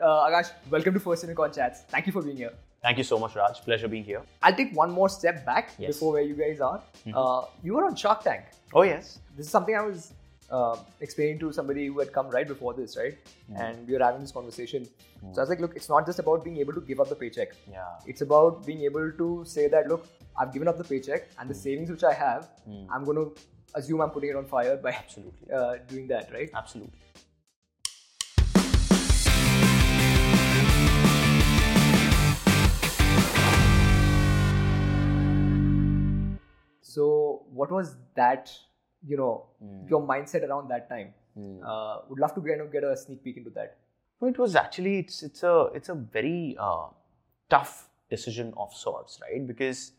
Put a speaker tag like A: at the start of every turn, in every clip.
A: uh, Akash, welcome to First Unicorn Chats. Thank you for being here.
B: Thank you so much, Raj. Pleasure being here.
A: I'll take one more step back
B: Yes.
A: before where you guys are. Uh, you were on Shark Tank.
B: Oh, yes.
A: This is something I was uh, explaining to somebody who had come right before this, right? And we were having this conversation. So I was like, look, it's not just about being able to give up the paycheck.
B: Yeah.
A: It's about being able to say that, look, I've given up the paycheck and the savings which I have,
B: Mm-hmm.
A: I'm going to assume I'm putting it on fire by
B: Hmm. Absolutely.
A: uh, doing that, right?
B: Absolutely.
A: So, what was that, you know, your mindset around that time? Uh, would love to kind of get a sneak peek into that.
B: No, it was actually it's it's a it's a very uh, tough decision of sorts, right? Because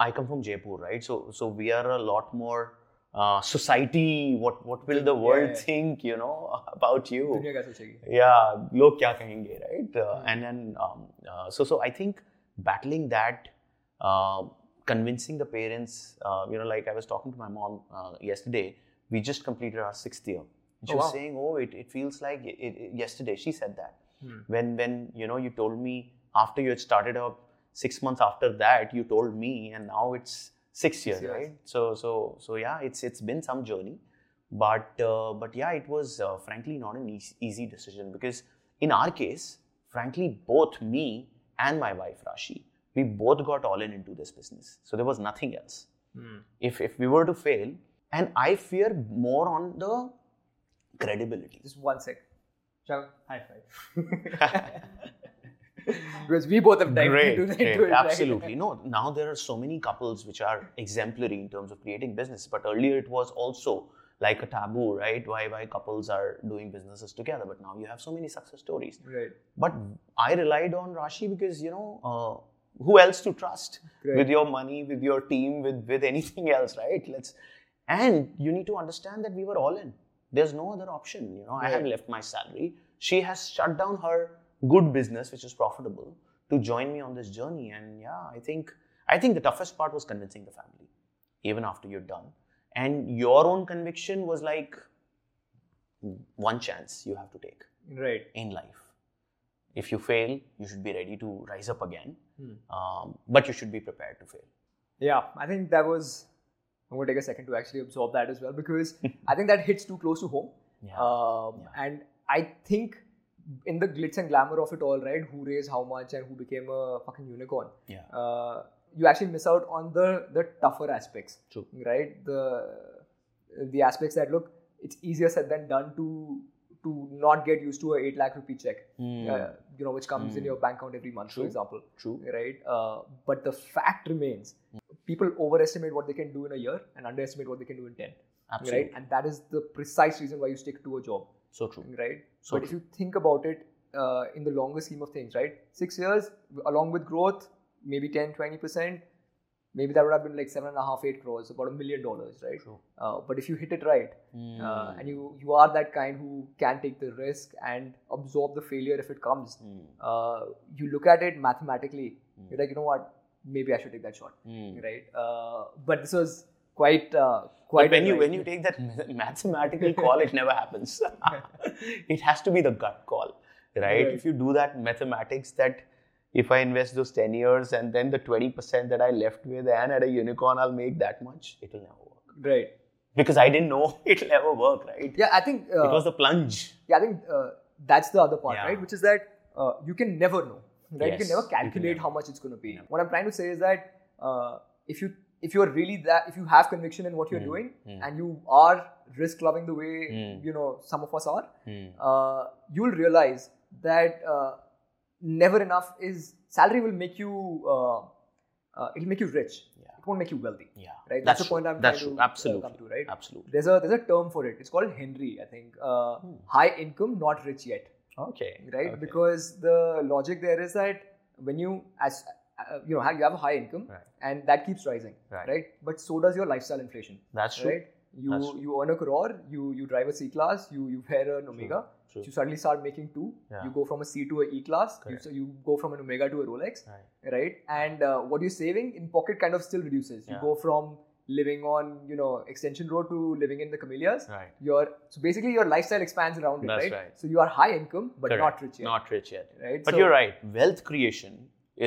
B: I come from Jaipur, right? So so we are a lot more uh, society. What what will the world
A: yeah.
B: think? You know about you?
A: दुनिया क्या सोचेगी?
B: yeah log kya kahenge right uh,
A: Hmm.
B: and then um, uh, so so i think battling that uh, convincing the parents uh, you know like i was talking to my mom uh, yesterday we just completed our sixth year and she
A: Oh,
B: was
A: wow.
B: saying oh it, it feels like it, it, it- yesterday she said that
A: Hmm.
B: when when you know you told me after you had started up six months after that you told me and now it's six years
A: years.
B: right so so so yeah it's it's been some journey but uh, but yeah it was uh, frankly not an easy, easy decision because in our case frankly both me and my wife rashi we both got all in into this business so there was nothing else
A: hmm.
B: if if we were to fail and i fear more on the credibility
A: Just one sec. Shall high five. because we both have dived
B: great,
A: into, into
B: great.
A: it. right?
B: absolutely no now there are so many couples which are exemplary in terms of creating business but earlier it was also like a taboo right why why couples are doing businesses together but now you have so many success stories
A: Right.
B: but i relied on rashi because you know uh, who else to trust
A: Great.
B: with your money with your team with with anything else right let's and you need to understand that we were all in there's no other option you know i have left my salary she has shut down her good business which is profitable to join me on this journey and yeah i think i think the toughest part was convincing the family even after you're done and your own conviction was like "Hmm, one chance you have to take
A: Right.
B: in life. If you fail, you should be ready to rise up again,
A: Hmm.
B: um, but you should be prepared to fail.
A: Yeah, I think that was. I'm going to take a second to actually absorb that as well because I think that hits too close to home.
B: Yeah.
A: Um,
B: Yeah.
A: And I think in the glitz and glamour of it all, right, who raised how much and who became a fucking unicorn,
B: Yeah.
A: uh, you actually miss out on the, the tougher aspects.
B: True.
A: Right? The, the aspects that look, it's easier said than done to to not get used to a 8 lakh rupee check, uh, you know, which comes in your bank account every month, for
B: Hmm. True.
A: example
B: Hmm. True.
A: right? Uh, but the fact remains, people overestimate what they can do in a year and underestimate what they can do in ten,
B: Absolutely.
A: right? And that is the precise reason why you stick to a job,
B: So true.
A: right?
B: So
A: but if you think about it uh, in the longer scheme of things, right? Six years along with growth, maybe 10, 20 percent. Maybe that would have been like seven and a half, eight crores, about a million dollars, right?
B: True.
A: Uh, but if you hit it right, uh,
B: Mm.
A: and you you are that kind who can take the risk and absorb the failure if it comes,
B: Mm.
A: uh, you look at it mathematically, you're like, you know what, maybe I should take that shot,
B: Mm.
A: right? Uh, but this was quite, uh, quite.
B: But when you
A: a-
B: when you take that ma- mathematical call, it never happens. it has to be the gut call, right?
A: Right.
B: If you do that mathematics, that if I invest those ten years and then the twenty percent that I left with, and at a unicorn, I'll make that much. It will never work
A: right?
B: because I didn't know it'll ever work, right?
A: Yeah, I think. Uh,
B: It was the plunge.
A: yeah, I think uh, that's the other part,
B: Yeah.
A: right? Which is that uh, you can never know, right? You
B: Yes,
A: can never
B: you can
A: calculate
B: never.
A: how much it's going to be.
B: Never.
A: What I'm trying to say is that uh, if you if you're really that if you have conviction in what you're doing
B: mm.
A: and you are risk loving the way
B: Mm.
A: you know some of us are,
B: Hmm.
A: uh, you'll realize that uh, never enough is salary will make you uh, uh, it'll make you rich.
B: Yeah.
A: It won't make you wealthy,
B: Yeah.
A: right? That's, the
B: true.
A: point I'm
B: That's
A: trying
B: true.
A: to uh,
B: Absolutely.
A: come to, right?
B: Absolutely.
A: There's a there's a term for it. It's called Henry, I think. Uh, High income, not rich yet,
B: Hmm. Okay.
A: right?
B: Okay.
A: Because the logic there is that when you as uh, you know have- you have a high income
B: Right.
A: and that keeps rising,
B: Right.
A: right? But so does your lifestyle inflation
B: that's true.
A: right? You
B: That's true.
A: you earn a crore, you you drive a C class, you you wear an Omega,
B: True.
A: you suddenly start making two.
B: Yeah.
A: You go from a C to a E class, you,
B: Correct.
A: so you go from an Omega to a Rolex,
B: Right.
A: right? And uh, what you're saving in pocket kind of still reduces. You
B: Yeah.
A: go from living on you know extension road to living in the camellias
B: Right.
A: your so basically your lifestyle expands around it
B: That's
A: right?
B: right.
A: so you are high income but
B: Correct.
A: not rich yet
B: Not rich yet.
A: right
B: But
A: So-
B: you're right. Wealth creation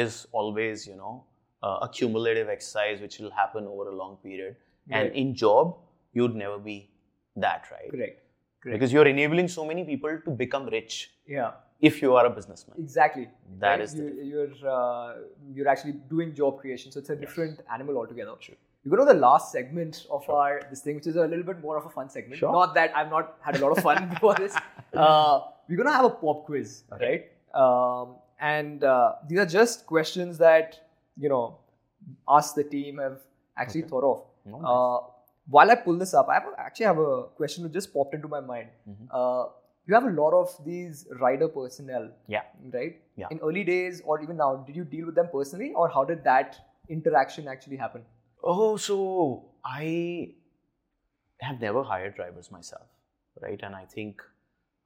B: is always, you know, uh, a cumulative exercise which will happen over a long period. And
A: Right.
B: in job, you'd never be that, right?
A: correct correct
B: Because you're enabling so many people to become rich
A: yeah
B: if you are a businessman.
A: exactly
B: That
A: That
B: is
A: is
B: the
A: you, are uh, you're actually doing job creation so it's a different animal altogether
B: True.
A: you go to the last segment of our this thing which is a little bit more of a fun segment
B: Sure.
A: not that i've not had a lot of fun before this uh, we're gonna have a pop quiz
B: Okay.
A: right um, and uh, these are just questions that you know us the team have actually
B: Okay.
A: thought of
B: No,
A: uh, while I pull this up, I have a- actually have a question which just popped into my mind.
B: Mhm.
A: Uh, you have a lot of these rider personnel.
B: Yeah.
A: Right?
B: Yeah.
A: In early days or even now, did you deal with them personally or how did that interaction actually happen?
B: Oh, so I have never hired drivers myself, right? And I think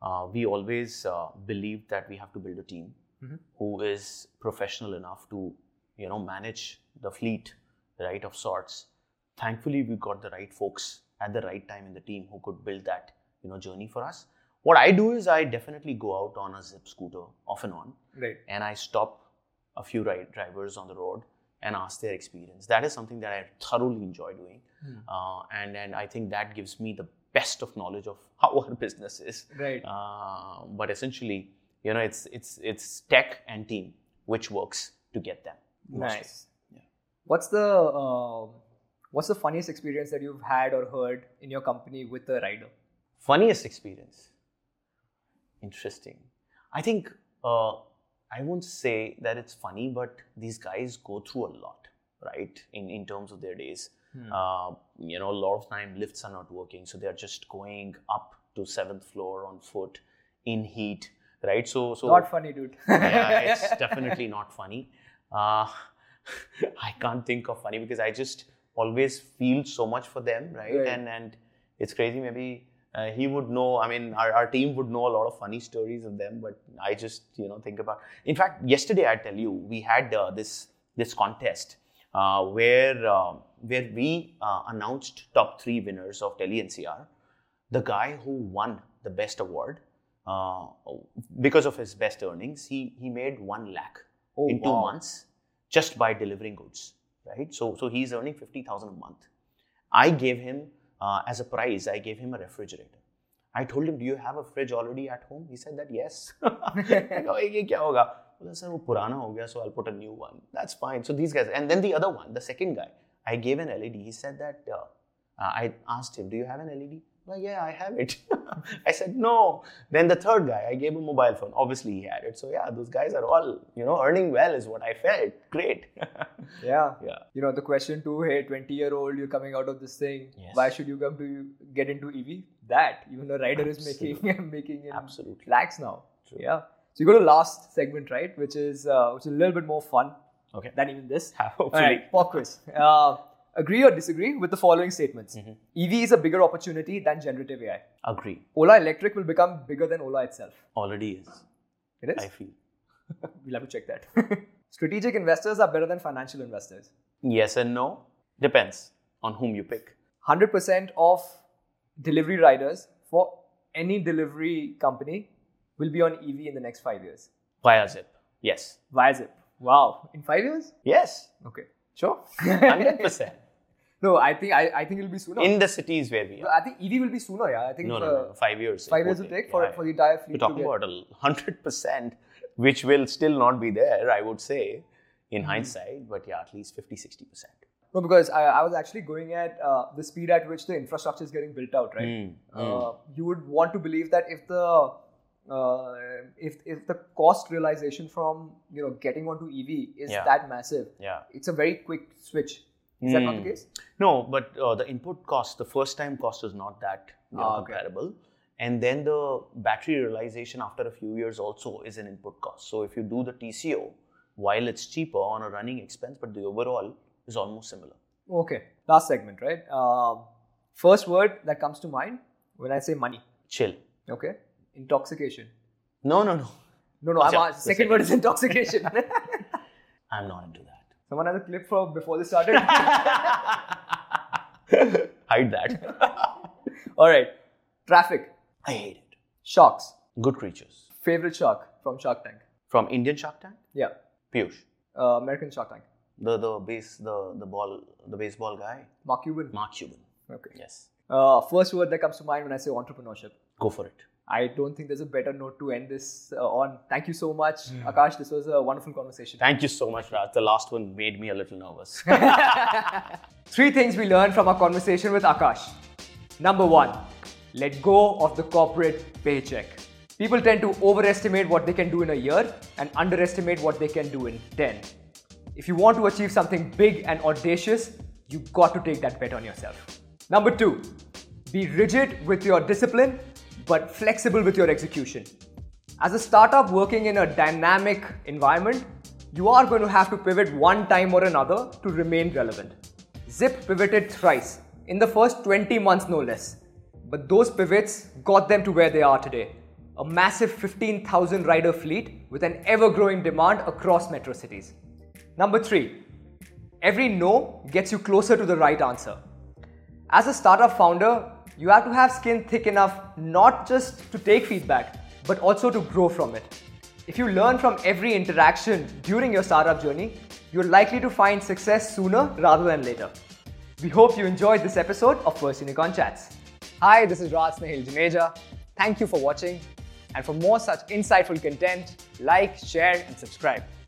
B: uh, we always uh, believed that we have to build a team
A: Mhm.
B: who is professional enough to, you know, manage the fleet, right, of sorts. Thankfully, we got the right folks at the right time in the team who could build that, you know, journey for us. What I do is I definitely go out on a zip scooter off and on,
A: Right.
B: and I stop a few ride drivers on the road and ask their experience. That is something that I thoroughly enjoy doing,
A: Hmm.
B: uh, and and I think that gives me the best of knowledge of how our business is.
A: Hmm. Right.
B: Uh, but essentially, you know, it's it's it's tech and team which works to get them. mostly.
A: nice.
B: Yeah.
A: What's the um what's the funniest experience that you've had or heard in your company with a rider?
B: Funniest experience. Interesting. I think uh, I won't say that it's funny, but these guys go through a lot, right? In in terms of their days.
A: Hmm.
B: Uh, you know, a lot of time lifts are not working, so they are just going up to seventh floor on foot in heat, right? So, so
A: Not funny, dude.
B: yeah, it's definitely not funny. Uh, I can't think of funny because I just always feel so much for them, right?
A: Right.
B: And and it's crazy. Maybe uh, he would know. I mean, our, our team would know a lot of funny stories of them, but I just you know think about. In fact, yesterday I tell you we had uh, this this contest uh, where uh, where we uh, announced top three winners of Delhi NCR. The guy who won the best award uh, because of his best earnings, he he made one lakh
A: Oh,
B: in two
A: wow.
B: months just by delivering goods, right? So so he's earning fifty thousand a month. I gave him uh, as a prize. I gave him a refrigerator. I told him, "Do you have a fridge already at home?" He said that yes. I go, "ये क्या होगा?" बोला sir वो पुराना हो गया, so I'll put a new one. That's fine. So these guys, and then the other one, the second guy, I gave an LED. He said that uh, uh, I asked him, "Do you have an E LED?" Well, yeah, I have it. I said no. Then the third guy, I gave him a mobile phone. Obviously, he had it. So yeah, those guys are all you know earning well is what I felt. Great.
A: Yeah.
B: Yeah.
A: You know, the question to, hey, 20 year old, you're coming out of this thing.
B: Yes.
A: Why should you come to get into EV? That, even the rider is making making in
B: Absolutely.
A: lakhs now.
B: True.
A: Yeah. So you go to the last segment, right? Which is uh, which is a little bit more fun
B: Okay.
A: than even this.
B: Hopefully.
A: All right, pop quiz. Uh, agree or disagree with the following statements?
B: Mhm.
A: EV is a bigger opportunity than generative AI.
B: Agree.
A: Ola Electric will become bigger than Ola itself.
B: Already is.
A: It is.
B: I feel.
A: We'll have to check that. Strategic investors are better than financial investors.
B: Yes and no. Depends on whom you pick.
A: 100% of delivery riders for any delivery company will be on EV in the next five years.
B: Via Zip. Yes.
A: Via Zip. Wow. In five years?
B: Yes.
A: Okay. Sure.
B: Hundred percent.
A: no, I think I, I think it'll be sooner.
B: In the cities where we are.
A: I think EV will be sooner, yeah. I think
B: No,
A: uh,
B: no, no, no. Five years. it
A: five
B: won't
A: years will take for,
B: Yeah,
A: for the entire fleet.
B: We're
A: to
B: talking
A: get-
B: about a hundred percent, which will still not be there, I would say, in
A: Mm-hmm.
B: hindsight. But yeah, at least 50 60 percent.
A: No, because I, I was actually going at uh, the speed at which the infrastructure is getting built out, right?
B: Mm. Hmm.
A: Uh, you would want to believe that if the uh, if if the cost realization from you know getting onto EV is
B: Yeah.
A: that massive,
B: Mm. Yeah.
A: it's a very quick switch. Is that not the
B: Hmm.
A: case?
B: No, but uh, the input cost, the first time cost is not that you know,
A: Ah, okay.
B: comparable. And then the battery realization after a few years also is an input cost. So if you do the TCO, while it's cheaper on a running expense, but the overall is almost similar.
A: Okay, last segment, right? Um first word that comes to mind when I say money.
B: Chill.
A: Okay, intoxication.
B: No, no, no.
A: No, no. I'm
B: Yeah,
A: asked,
B: the
A: second word is intoxication.
B: I'm not into that.
A: Someone has a clip for before this started.
B: Hide that.
A: All right. Traffic.
B: I hate it.
A: Sharks.
B: Good creatures.
A: Favorite shark from Shark Tank.
B: From Indian Shark Tank?
A: Yeah.
B: Piyush.
A: Uh, American Shark Tank.
B: The the base the the ball the baseball guy.
A: Mark Cuban.
B: Mark Cuban.
A: Okay.
B: Yes.
A: Uh, first word that comes to mind when I say entrepreneurship.
B: Go for it.
A: I don't think there's a better note to end this uh, on. Thank you so much, Akash. This was a wonderful conversation.
B: Thank you so much, Raj. The last one made me a little nervous.
A: Three things we learned from our conversation with Akash. Number one, let go of the corporate paycheck. People tend to overestimate what they can do in a year and underestimate what they can do in 10. If you want to achieve something big and audacious, you've got to take that bet on yourself. Number two, be rigid with your discipline but flexible with your execution. As a startup working in a dynamic environment, you are going to have to pivot one time or another to remain relevant. Zip pivoted thrice, in the first 20 months no less. But those pivots got them to where they are today a massive 15,000 rider fleet with an ever growing demand across metro cities. Number three, every no gets you closer to the right answer. As a startup founder, you have to have skin thick enough not just to take feedback, but also to grow from it. If you learn from every interaction during your startup journey, you're likely to find success sooner rather than later. We hope you enjoyed this episode of First Unicorn Chats. Hi, this is Raj Snehil Juneja. Thank you for watching. And for more such insightful content, like, share, and subscribe.